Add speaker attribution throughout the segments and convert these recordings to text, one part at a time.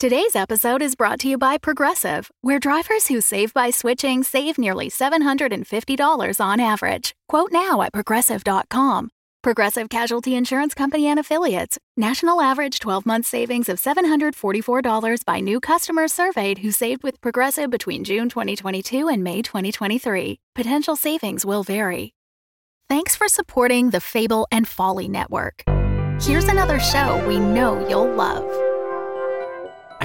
Speaker 1: Today's episode is brought to you by Progressive, where drivers who save by switching save nearly $750 on average. Quote now at progressive.com. Progressive Casualty Insurance Company and Affiliates. National average 12 month savings of $744 by new customers surveyed who saved with Progressive between June 2022 and May 2023. Potential savings will vary. Thanks for supporting the Fable and Folly Network. Here's another show we know you'll love.
Speaker 2: I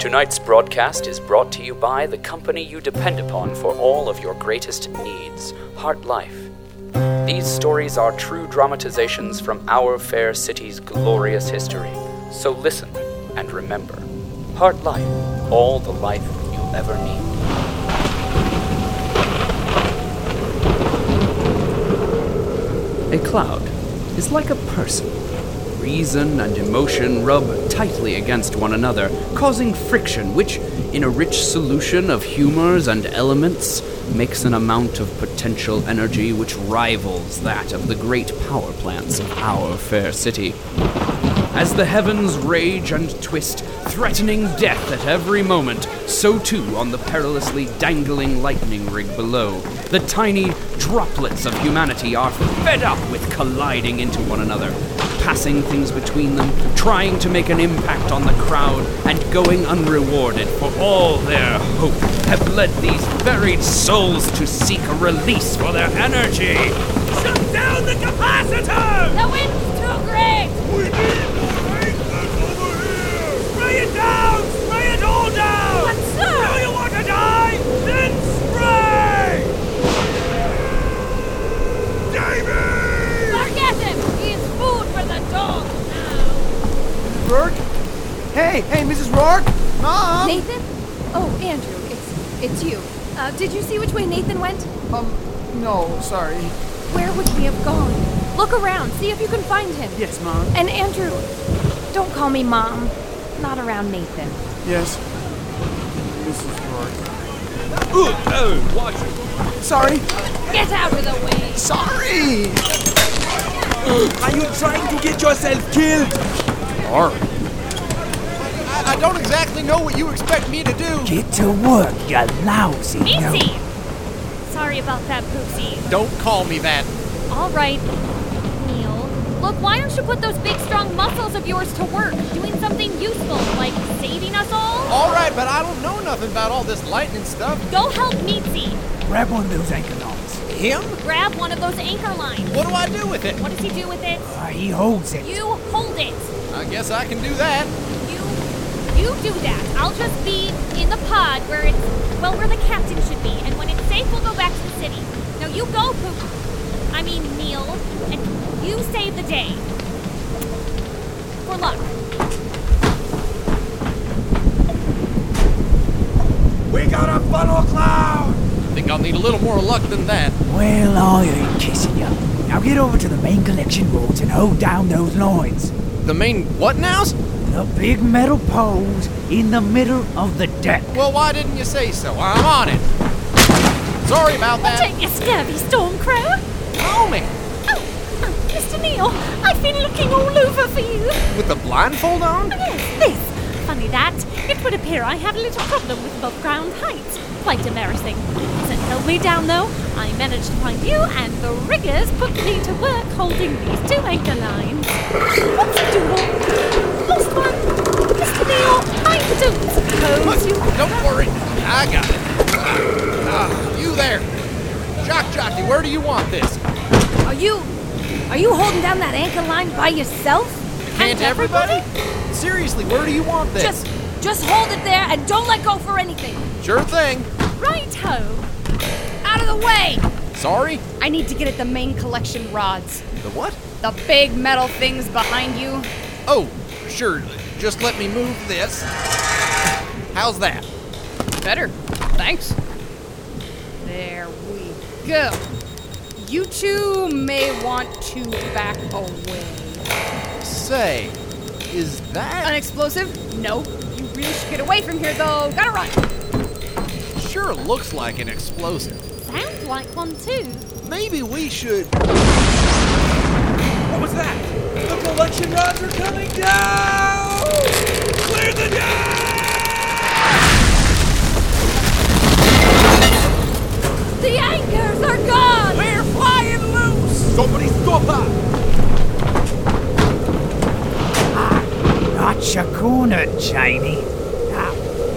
Speaker 3: Tonight's broadcast is brought to you by the company you depend upon for all of your greatest needs, Heart Life. These stories are true dramatizations from our fair city's glorious history. So listen and remember Heart Life, all the life you'll ever need. A cloud is like a person reason and emotion rub tightly against one another, causing friction, which, in a rich solution of humors and elements, makes an amount of potential energy which rivals that of the great power plants of our fair city. As the heavens rage and twist, threatening death at every moment, so too on the perilously dangling lightning rig below. The tiny droplets of humanity are fed up with colliding into one another, passing things between them, trying to make an impact on the crowd, and going unrewarded, for all their hope have led these buried souls to seek a release for their energy.
Speaker 4: Shut down the capacitor!
Speaker 5: The wind's too great!
Speaker 4: We need more anchors over here! Spray it down! Spray it all down!
Speaker 5: But sir!
Speaker 4: Do you want to die? Then spray! Davy!
Speaker 5: Forget him! He is food for the dogs now!
Speaker 6: Mrs. Burke? Hey, hey, Mrs. Rourke! Mom!
Speaker 7: Nathan? Oh, Andrew, it's it's you. Uh, did you see which way Nathan went?
Speaker 6: Um, no, sorry.
Speaker 7: Where would he have gone? Look around, see if you can find him.
Speaker 6: Yes, Mom.
Speaker 7: And Andrew, don't call me Mom. Not around Nathan.
Speaker 6: Yes. Mrs. Rourke.
Speaker 4: Ooh, oh, watch it.
Speaker 6: Sorry.
Speaker 7: Get out of the way.
Speaker 6: Sorry.
Speaker 4: Are you trying to get yourself killed?
Speaker 2: Are
Speaker 6: I, I don't exactly know what you expect me to do.
Speaker 2: Get to work, you lousy.
Speaker 5: Missy! Sorry about that, Poopsie.
Speaker 6: Don't call me that.
Speaker 5: All right, Neil. Look, why don't you put those big, strong muscles of yours to work, doing something useful, like saving us all?
Speaker 6: All right, but I don't know nothing about all this lightning stuff.
Speaker 5: Go Oh, help Meatsy.
Speaker 6: Grab one of those anchor lines. Him?
Speaker 5: Grab one of those anchor lines.
Speaker 6: What do I do with it?
Speaker 5: What does he do with it?
Speaker 6: Uh, he holds it.
Speaker 5: You hold it.
Speaker 6: I guess I can do that.
Speaker 5: You, you do that. I'll just be in the pod where it's, well, where the captain should be, and when it's safe, we'll go back to the city. Now you go, Poop. I mean, Neil, and you save the day. For luck.
Speaker 4: We got a funnel cloud!
Speaker 8: I think I'll need a little more luck than that.
Speaker 9: Well, I ain't kissing you. Now get over to the main collection boards and hold down those lines.
Speaker 8: The main what nows?
Speaker 9: The big metal poles in the middle of the deck.
Speaker 8: Well, why didn't you say so? I'm on it. Sorry about that.
Speaker 5: Take your scabby, Stormcrow.
Speaker 8: No,
Speaker 6: Oh,
Speaker 5: Oh, I've been looking all over for you.
Speaker 8: With the blindfold on?
Speaker 5: Yes, this. Funny that. It would appear I have a little problem with above ground heights. Quite embarrassing. Doesn't help me down though. I managed to find you, and the riggers put me to work holding these two anchor lines. What's a doodle? Lost one. Mr. Neal, I don't suppose you.
Speaker 8: Don't worry, I got it. Ah, you there, jock jockey? Where do you want this?
Speaker 7: Are you. Are you holding down that anchor line by yourself?
Speaker 8: Can't everybody? Seriously, where do you want this?
Speaker 7: Just. Just hold it there and don't let go for anything.
Speaker 8: Sure thing.
Speaker 5: Right ho.
Speaker 7: Out of the way!
Speaker 8: Sorry.
Speaker 10: I need to get at the main collection rods.
Speaker 8: The what?
Speaker 10: The big metal things behind you.
Speaker 8: Oh, sure. Just let me move this. How's that?
Speaker 10: Better. Thanks. There we go. You two may want to back away.
Speaker 8: Say, is that.
Speaker 10: An explosive? No. You really should get away from here, though. Gotta run.
Speaker 8: Sure looks like an explosive.
Speaker 5: Sounds like one, too.
Speaker 8: Maybe we should.
Speaker 6: What was that? The collection rods are coming down!
Speaker 4: Clear the deck!
Speaker 5: The anchors are gone!
Speaker 4: We're flying loose!
Speaker 8: Somebody stop
Speaker 9: her! Not your corner, Janie. Now,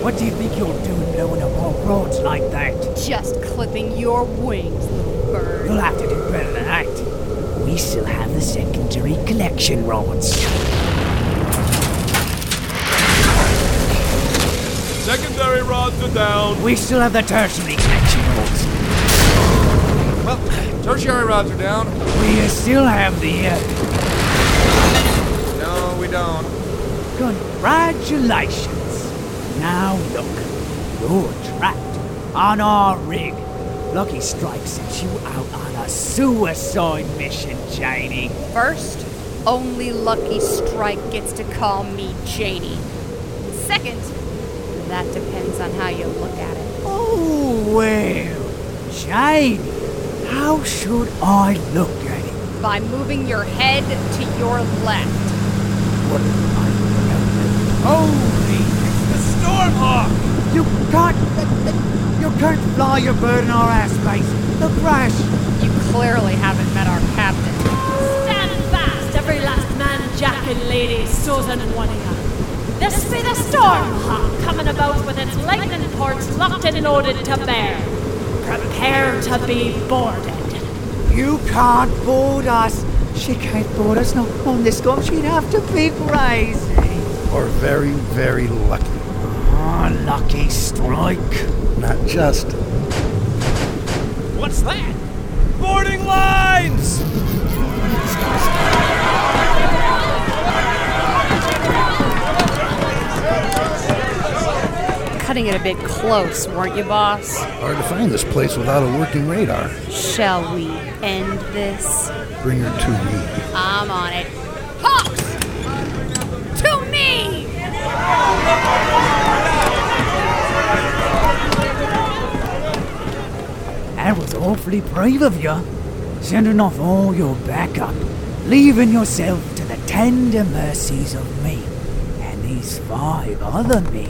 Speaker 9: what do you think you're doing blowing up our rods like that?
Speaker 10: Just clipping your wings, little bird.
Speaker 9: You'll have to do better than that we still have the secondary collection rods.
Speaker 4: Secondary rods are down.
Speaker 9: We still have the tertiary collection rods.
Speaker 8: Well, tertiary rods are down.
Speaker 9: We still have the. Uh...
Speaker 8: No, we don't.
Speaker 9: Congratulations. Now look, you're trapped on our rig. Lucky Strike sent you out on a suicide mission, Janie.
Speaker 10: First, only Lucky Strike gets to call me Janie. Second, that depends on how you look at it.
Speaker 9: Oh, well, Janie, how should I look at it?
Speaker 10: By moving your head to your left.
Speaker 9: What am I Holy,
Speaker 4: it's the Stormhawk!
Speaker 9: You can't... You can't fly your bird in our airspace. They'll crash.
Speaker 10: You clearly haven't met our captain.
Speaker 5: Stand fast, every last man, Jack and Lady Susan and Wanica. This be the storm hawk coming about with its lightning ports locked in and ordered to bear. Prepare to be boarded.
Speaker 9: You can't board us. She can't board us. Not on this storm. She'd have to be crazy.
Speaker 11: Or very, very lucky.
Speaker 9: Ah, oh, lucky strike
Speaker 11: not just.
Speaker 4: What's that? Boarding lines!
Speaker 10: Cutting it a bit close, weren't you, boss?
Speaker 11: Hard to find this place without a working radar.
Speaker 10: Shall we end this?
Speaker 11: Bring her to me.
Speaker 10: I'm on it. Hawks! To me!
Speaker 9: That was awfully brave of you. Sending off all your backup, leaving yourself to the tender mercies of me and these five other me's.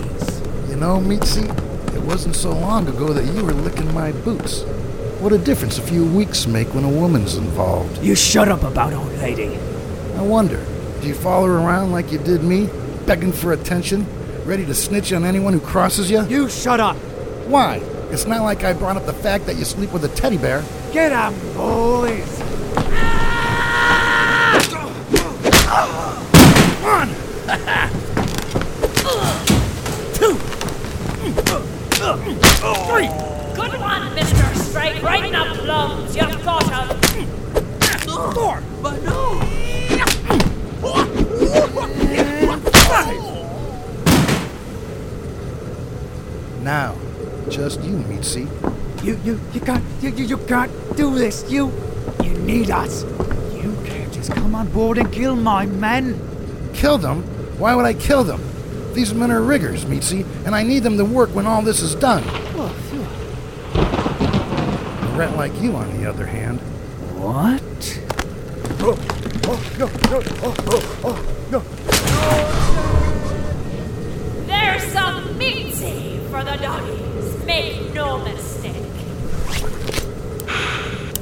Speaker 11: You know, Meatsy, it wasn't so long ago that you were licking my boots. What a difference a few weeks make when a woman's involved.
Speaker 9: You shut up about old lady.
Speaker 11: I wonder, do you follow her around like you did me, begging for attention, ready to snitch on anyone who crosses you?
Speaker 9: You shut up!
Speaker 11: Why? It's not like I brought up the fact that you sleep with a teddy bear.
Speaker 9: Get him, boys!
Speaker 11: One! Two!
Speaker 4: Three!
Speaker 5: Good one, Mr. Strike. Right up plums. You've got him.
Speaker 4: Four! But no!
Speaker 11: Now, just you, Mitzi.
Speaker 9: You, you, you can't, you, you, you can't do this. You, you need us. You can't just come on board and kill my men.
Speaker 11: Kill them? Why would I kill them? These men are riggers, Mitzi, and I need them to work when all this is done. Oh, phew. A rat like you, on the other hand.
Speaker 9: What?
Speaker 11: Oh, oh.
Speaker 6: no, no. Oh, oh, oh, no.
Speaker 4: There's some meaty for the doggies. Make no mistake.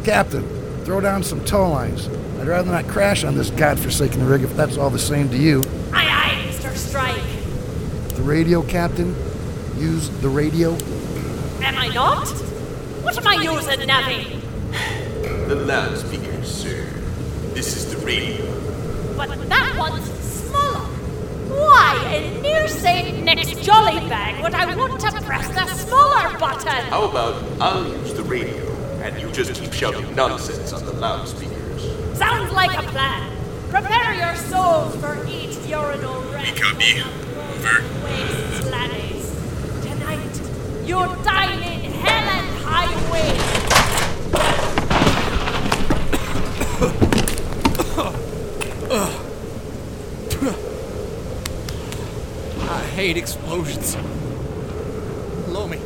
Speaker 11: Captain, throw down some tow lines. I'd rather not crash on this godforsaken rig if that's all the same to you.
Speaker 4: Aye, aye, Mr. Strike.
Speaker 11: The radio, Captain? Use the radio?
Speaker 4: Am I not? What am I using, Navi?
Speaker 12: The loudspeaker, sir. This is the radio.
Speaker 4: But that one's smaller. Why, in New Saint Nick's Jolly Bag would I want to press the smaller button?
Speaker 12: How about I'll use the radio, and you just keep shouting nonsense on the loudspeakers?
Speaker 4: Sounds like a plan. Prepare your souls for each urinal breath.
Speaker 12: Copy. Over.
Speaker 4: Waste slannies. Tonight, you're dying in hell and highways.
Speaker 8: I hate explosions. Lomi.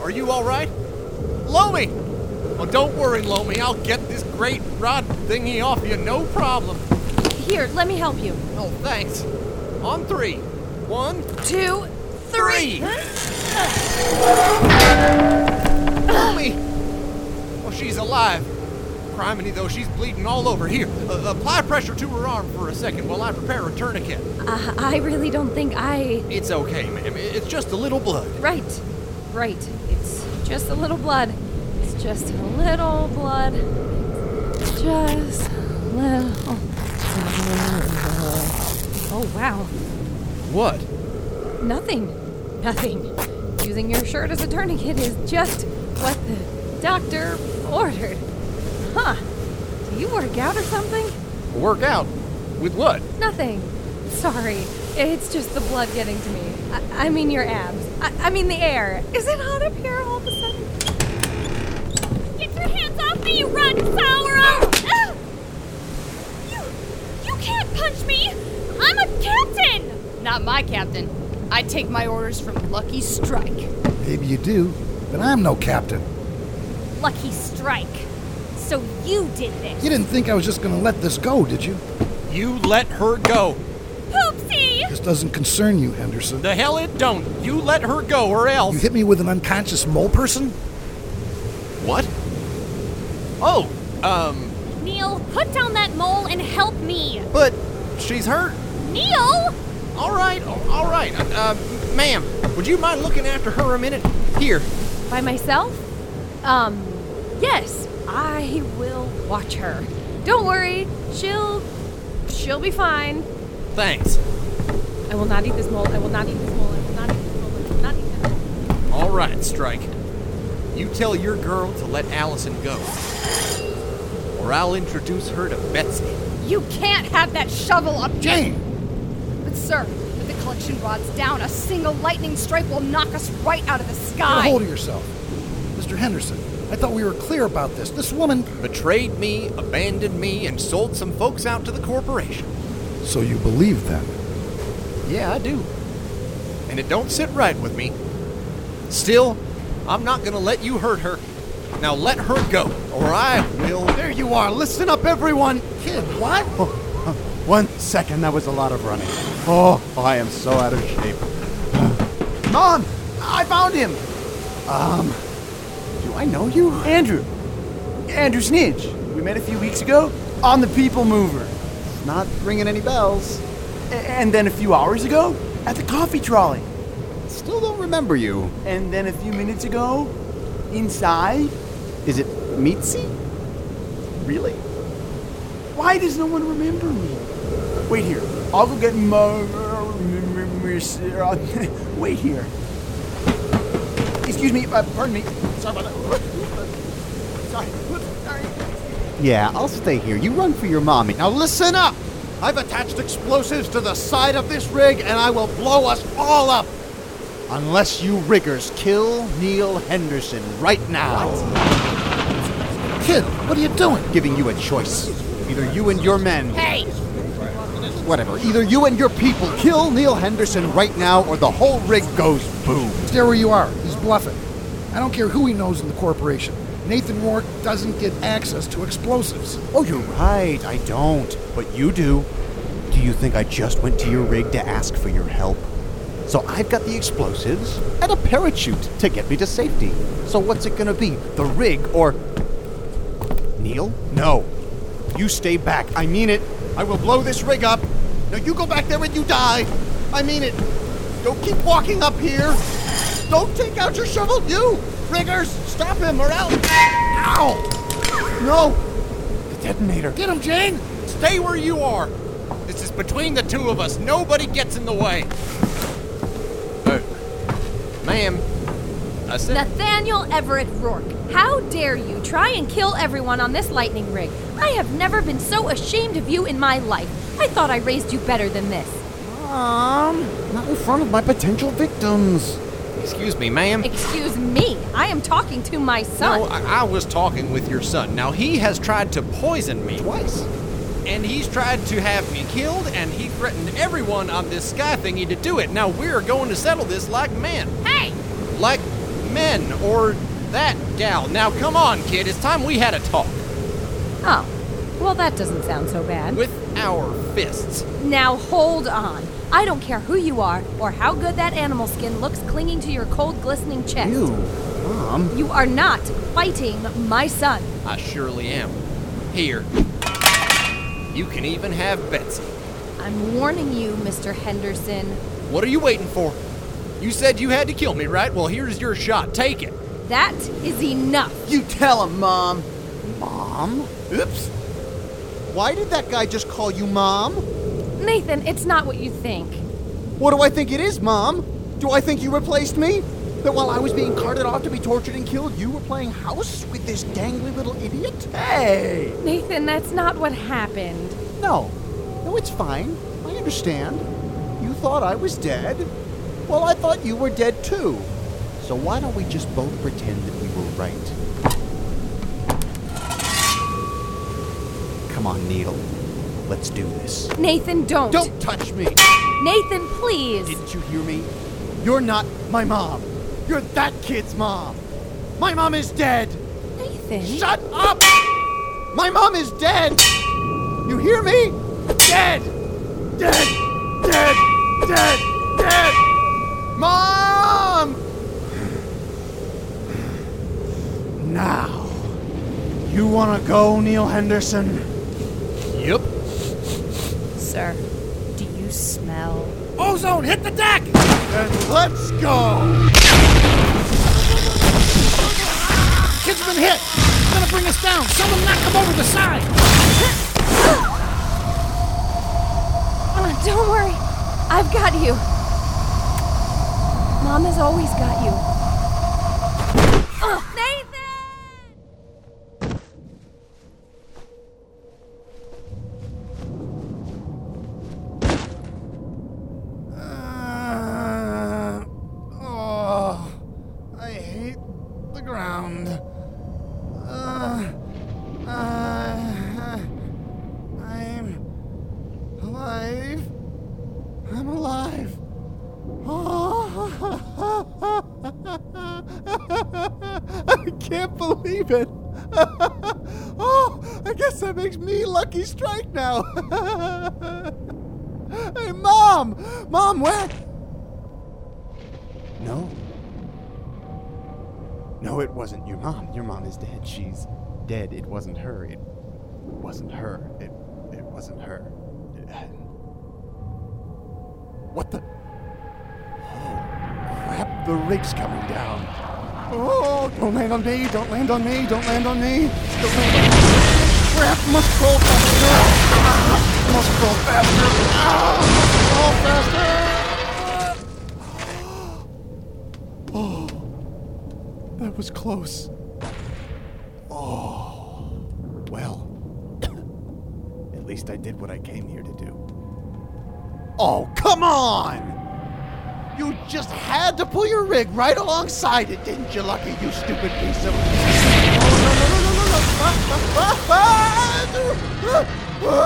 Speaker 8: Are you alright? Lomi! Well, don't worry, Lomi. I'll get this great rod thingy off you, no problem.
Speaker 7: Here, let me help you.
Speaker 8: Oh, thanks. On three. One,
Speaker 7: two,
Speaker 8: three! Lomi! Well, she's alive. Criminy, though, she's bleeding all over. Here, uh, apply pressure to her arm for a second while I prepare a tourniquet.
Speaker 13: Uh, I really don't think I.
Speaker 8: It's okay, ma'am. It's just a little blood.
Speaker 7: Right, right. It's just a little blood. It's just a little blood. Just a little. Oh, wow.
Speaker 8: What?
Speaker 7: Nothing. Nothing. Using your shirt as a tourniquet is just what the doctor ordered. Huh. Do you work out or something?
Speaker 8: Work out? With what?
Speaker 7: Nothing. Sorry. It's just the blood getting to me. I, I mean, your abs. I, I mean, the air. Is it hot up here all of a sudden?
Speaker 5: Get your hands off me, you rotten sourdough! Ah! You, you can't punch me! I'm a captain!
Speaker 10: Not my captain. I take my orders from Lucky Strike.
Speaker 11: Maybe you do, but I'm no captain.
Speaker 5: Lucky strike. So you did this.
Speaker 11: You didn't think I was just gonna let this go, did you?
Speaker 8: You let her go.
Speaker 5: Poopsie!
Speaker 11: This doesn't concern you, Henderson.
Speaker 8: The hell it don't. You let her go or
Speaker 11: You
Speaker 8: else.
Speaker 11: hit me with an unconscious mole person?
Speaker 8: What? Oh, um,
Speaker 5: Neil, put down that mole and help me!
Speaker 8: but she's hurt.
Speaker 5: Neil!
Speaker 8: All right, all all right. Uh, uh, ma'am, would you mind looking after her a minute? Here.
Speaker 7: By myself? Um, yes, I will watch her. Don't worry, she'll. she'll be fine.
Speaker 8: Thanks.
Speaker 7: I will not eat this mole. I will not eat this mole. I will not eat this mole. I will not eat this mole.
Speaker 8: All right, Strike. You tell your girl to let Allison go, or I'll introduce her to Betsy.
Speaker 10: You can't have that shovel up,
Speaker 11: Jane!
Speaker 10: But sir, with the collection rods down, a single lightning strike will knock us right out of the
Speaker 11: Get a
Speaker 10: sky.
Speaker 11: hold of yourself. Mr. Henderson, I thought we were clear about this. This woman.
Speaker 8: Betrayed me, abandoned me, and sold some folks out to the corporation.
Speaker 11: So you believe that?
Speaker 8: Yeah, I do. And it don't sit right with me. Still, I'm not gonna let you hurt her. Now let her go, or I will.
Speaker 14: There you
Speaker 6: Uh,
Speaker 14: are. Listen up, everyone.
Speaker 11: Kid, what?
Speaker 6: Oh,
Speaker 14: One second. That was a lot of running. Oh, I am so out of shape.
Speaker 6: Mom, I found him.
Speaker 14: Um, do I know you?
Speaker 6: Andrew. Andrew Snidge. We met a few weeks ago on the People Mover.
Speaker 14: It's not ringing any bells.
Speaker 6: A- And then a few hours ago at the coffee trolley.
Speaker 14: Still don't remember you.
Speaker 6: And then a few minutes ago inside.
Speaker 14: Is it Mitzi? Really?
Speaker 6: Why does no one remember me? Wait here. I'll go get Mo. Wait here. Excuse me. Uh, pardon me. Sorry about that. Sorry. Sorry.
Speaker 14: Yeah, I'll stay here. You run for your mommy. Now listen up.
Speaker 8: I've attached explosives to the side of this rig, and I will blow us all up.
Speaker 14: Unless you riggers kill Neil Henderson right now. Kid, what are you doing? Giving you a choice. Either you and your men.
Speaker 4: Hey!
Speaker 14: Whatever. Either you and your people kill Neil Henderson right now, or the whole rig goes boom.
Speaker 11: Stay where you are. He's bluffing. I don't care who he knows in the corporation.
Speaker 6: Nathan Rourke doesn't get access to explosives.
Speaker 14: Oh, you're right, I don't. But you do. Do you think I just went to your rig to ask for your help? So I've got the explosives and a parachute to get me to safety. So what's it gonna be? The rig or. Neil? No. You stay back. I mean it. I will blow this rig up. Now you go back there and you die. I mean it. Don't keep walking up here. Don't take out your shovel, you! Riggers, stop him or else. Ow! No! The detonator.
Speaker 6: Get him, Jane!
Speaker 8: Stay where you are! This is between the two of us. Nobody gets in the way. Oh. Ma'am. I said.
Speaker 7: Nathaniel Everett Rourke, how dare you try and kill everyone on this lightning rig? I have never been so ashamed of you in my life. I thought I raised you better than this.
Speaker 14: Mom! Not in front of my potential victims.
Speaker 8: Excuse me, ma'am.
Speaker 7: Excuse me, I am talking to my son.
Speaker 8: No, I, I was talking with your son. Now, he has tried to poison me.
Speaker 14: Twice.
Speaker 8: And he's tried to have me killed, and he threatened everyone on this sky thingy to do it. Now, we're going to settle this like men.
Speaker 7: Hey!
Speaker 8: Like men, or that gal. Now, come on, kid. It's time we had a talk.
Speaker 7: Oh, well, that doesn't sound so bad.
Speaker 8: With our fists.
Speaker 7: Now hold on. I don't care who you are or how good that animal skin looks clinging to your cold, glistening chest.
Speaker 14: You, Mom.
Speaker 7: You are not fighting my son.
Speaker 8: I surely am. Here. You can even have Betsy.
Speaker 7: I'm warning you, Mr. Henderson.
Speaker 8: What are you waiting for? You said you had to kill me, right? Well, here's your shot. Take it.
Speaker 7: That is enough.
Speaker 14: You tell him, Mom. Mom? Oops. Why did that guy just call you Mom?
Speaker 7: Nathan, it's not what you think.
Speaker 14: What do I think it is, Mom? Do I think you replaced me? That while I was being carted off to be tortured and killed, you were playing house with this dangly little idiot? Hey!
Speaker 7: Nathan, that's not what happened.
Speaker 14: No. No, it's fine. I understand. You thought I was dead. Well, I thought you were dead too. So why don't we just both pretend that we were right? Come on, Neil. Let's do this.
Speaker 7: Nathan, don't.
Speaker 14: Don't touch me!
Speaker 7: Nathan, please.
Speaker 14: Didn't you hear me? You're not my mom. You're that kid's mom. My mom is dead.
Speaker 7: Nathan.
Speaker 14: Shut up! My mom is dead! You hear me? Dead! Dead! Dead! Dead! Dead! Mom! Now, you wanna go, Neil Henderson?
Speaker 8: Yep.
Speaker 10: Sir, do you smell?
Speaker 14: Ozone, hit the deck! And let's go!
Speaker 6: Kid's been hit! It's gonna bring us down! Someone knock him over the side!
Speaker 7: Uh, don't worry. I've got you. Mom has always got you. Uh, Nathan!
Speaker 6: Uh, oh, I hate the ground. Uh, uh, I'm alive. I'm alive. I can't believe it. oh, I guess that makes me lucky strike now. hey, Mom! Mom, where?
Speaker 14: No. No, it wasn't your mom. Your mom is dead. She's dead. It wasn't her. It wasn't her. It it wasn't her. It- What the? Oh, crap! The rig's coming down. Oh! Don't land on me! Don't land on me! Don't land on me! Don't land on me! Crap! Must crawl faster! Ah, Must crawl faster! Ah, Must crawl faster! Oh, that was close. Oh, well. At least I did what I came here to do. Oh, come on! You just had to pull your rig right alongside it, didn't you, Lucky, you stupid piece of.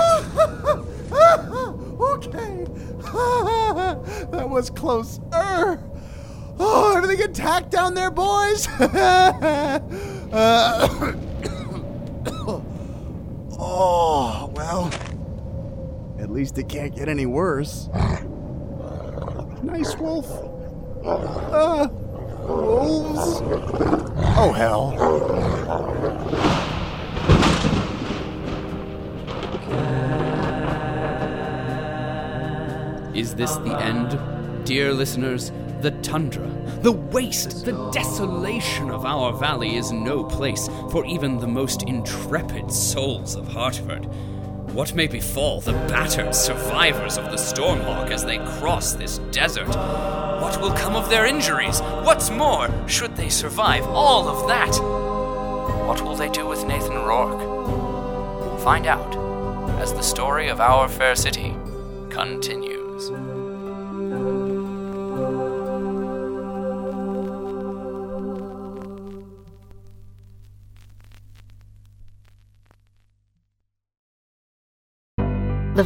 Speaker 14: okay. that was closer. Oh, everything intact down there, boys? Uh, oh, well. At least it can't get any worse. Nice wolf. Uh, wolves? Oh, hell.
Speaker 3: Is this the end? Dear listeners, the tundra, the waste, the desolation of our valley is no place for even the most intrepid souls of Hartford. What may befall the battered survivors of the Stormhawk as they cross this desert? What will come of their injuries? What's more, should they survive all of that? What will they do with Nathan Rourke? Find out as the story of our fair city continues.
Speaker 1: The